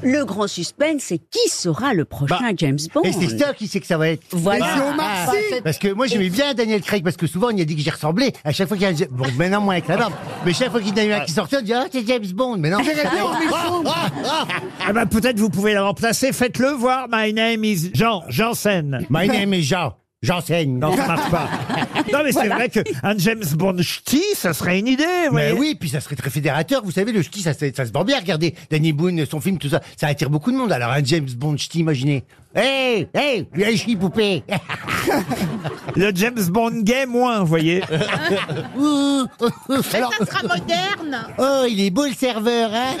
Le grand suspense, c'est qui sera le prochain James Bond Mais Bah, c'est ça qui sait que ça va être. Voilà. Mais c'est Omar Ah, Sy. c'est- Parce que moi j'aimais bien Daniel Craig parce que souvent il a dit que j'y ressemblais. À chaque fois qu'il y a un... bon maintenant moins avec la barbe, mais chaque fois qu'il y en a eu un qui sortait, on dit ah c'est James Bond. Mais non. Ah bah, peut-être vous pouvez la remplacer. Faites-le voir. My name is Jean Janssen. My name is Jean. J'enseigne. Non, ça marche pas. Non, mais c'est vrai que un James Bond ch'ti, ça serait une idée. vous Mais voyez. oui, puis ça serait très fédérateur. Vous savez, le ch'ti, ça, se- ça se vend bien. Regardez, Danny Boone, son film, tout ça, ça attire beaucoup de monde. Alors un James Bond ch'ti, imaginez. Hey, hey, lui a les ch'tis poupée. Le James Bond gay moins, vous voyez. Ouh, ouh, ouh. Alors, Ça sera moderne. oh, il est beau le serveur, hein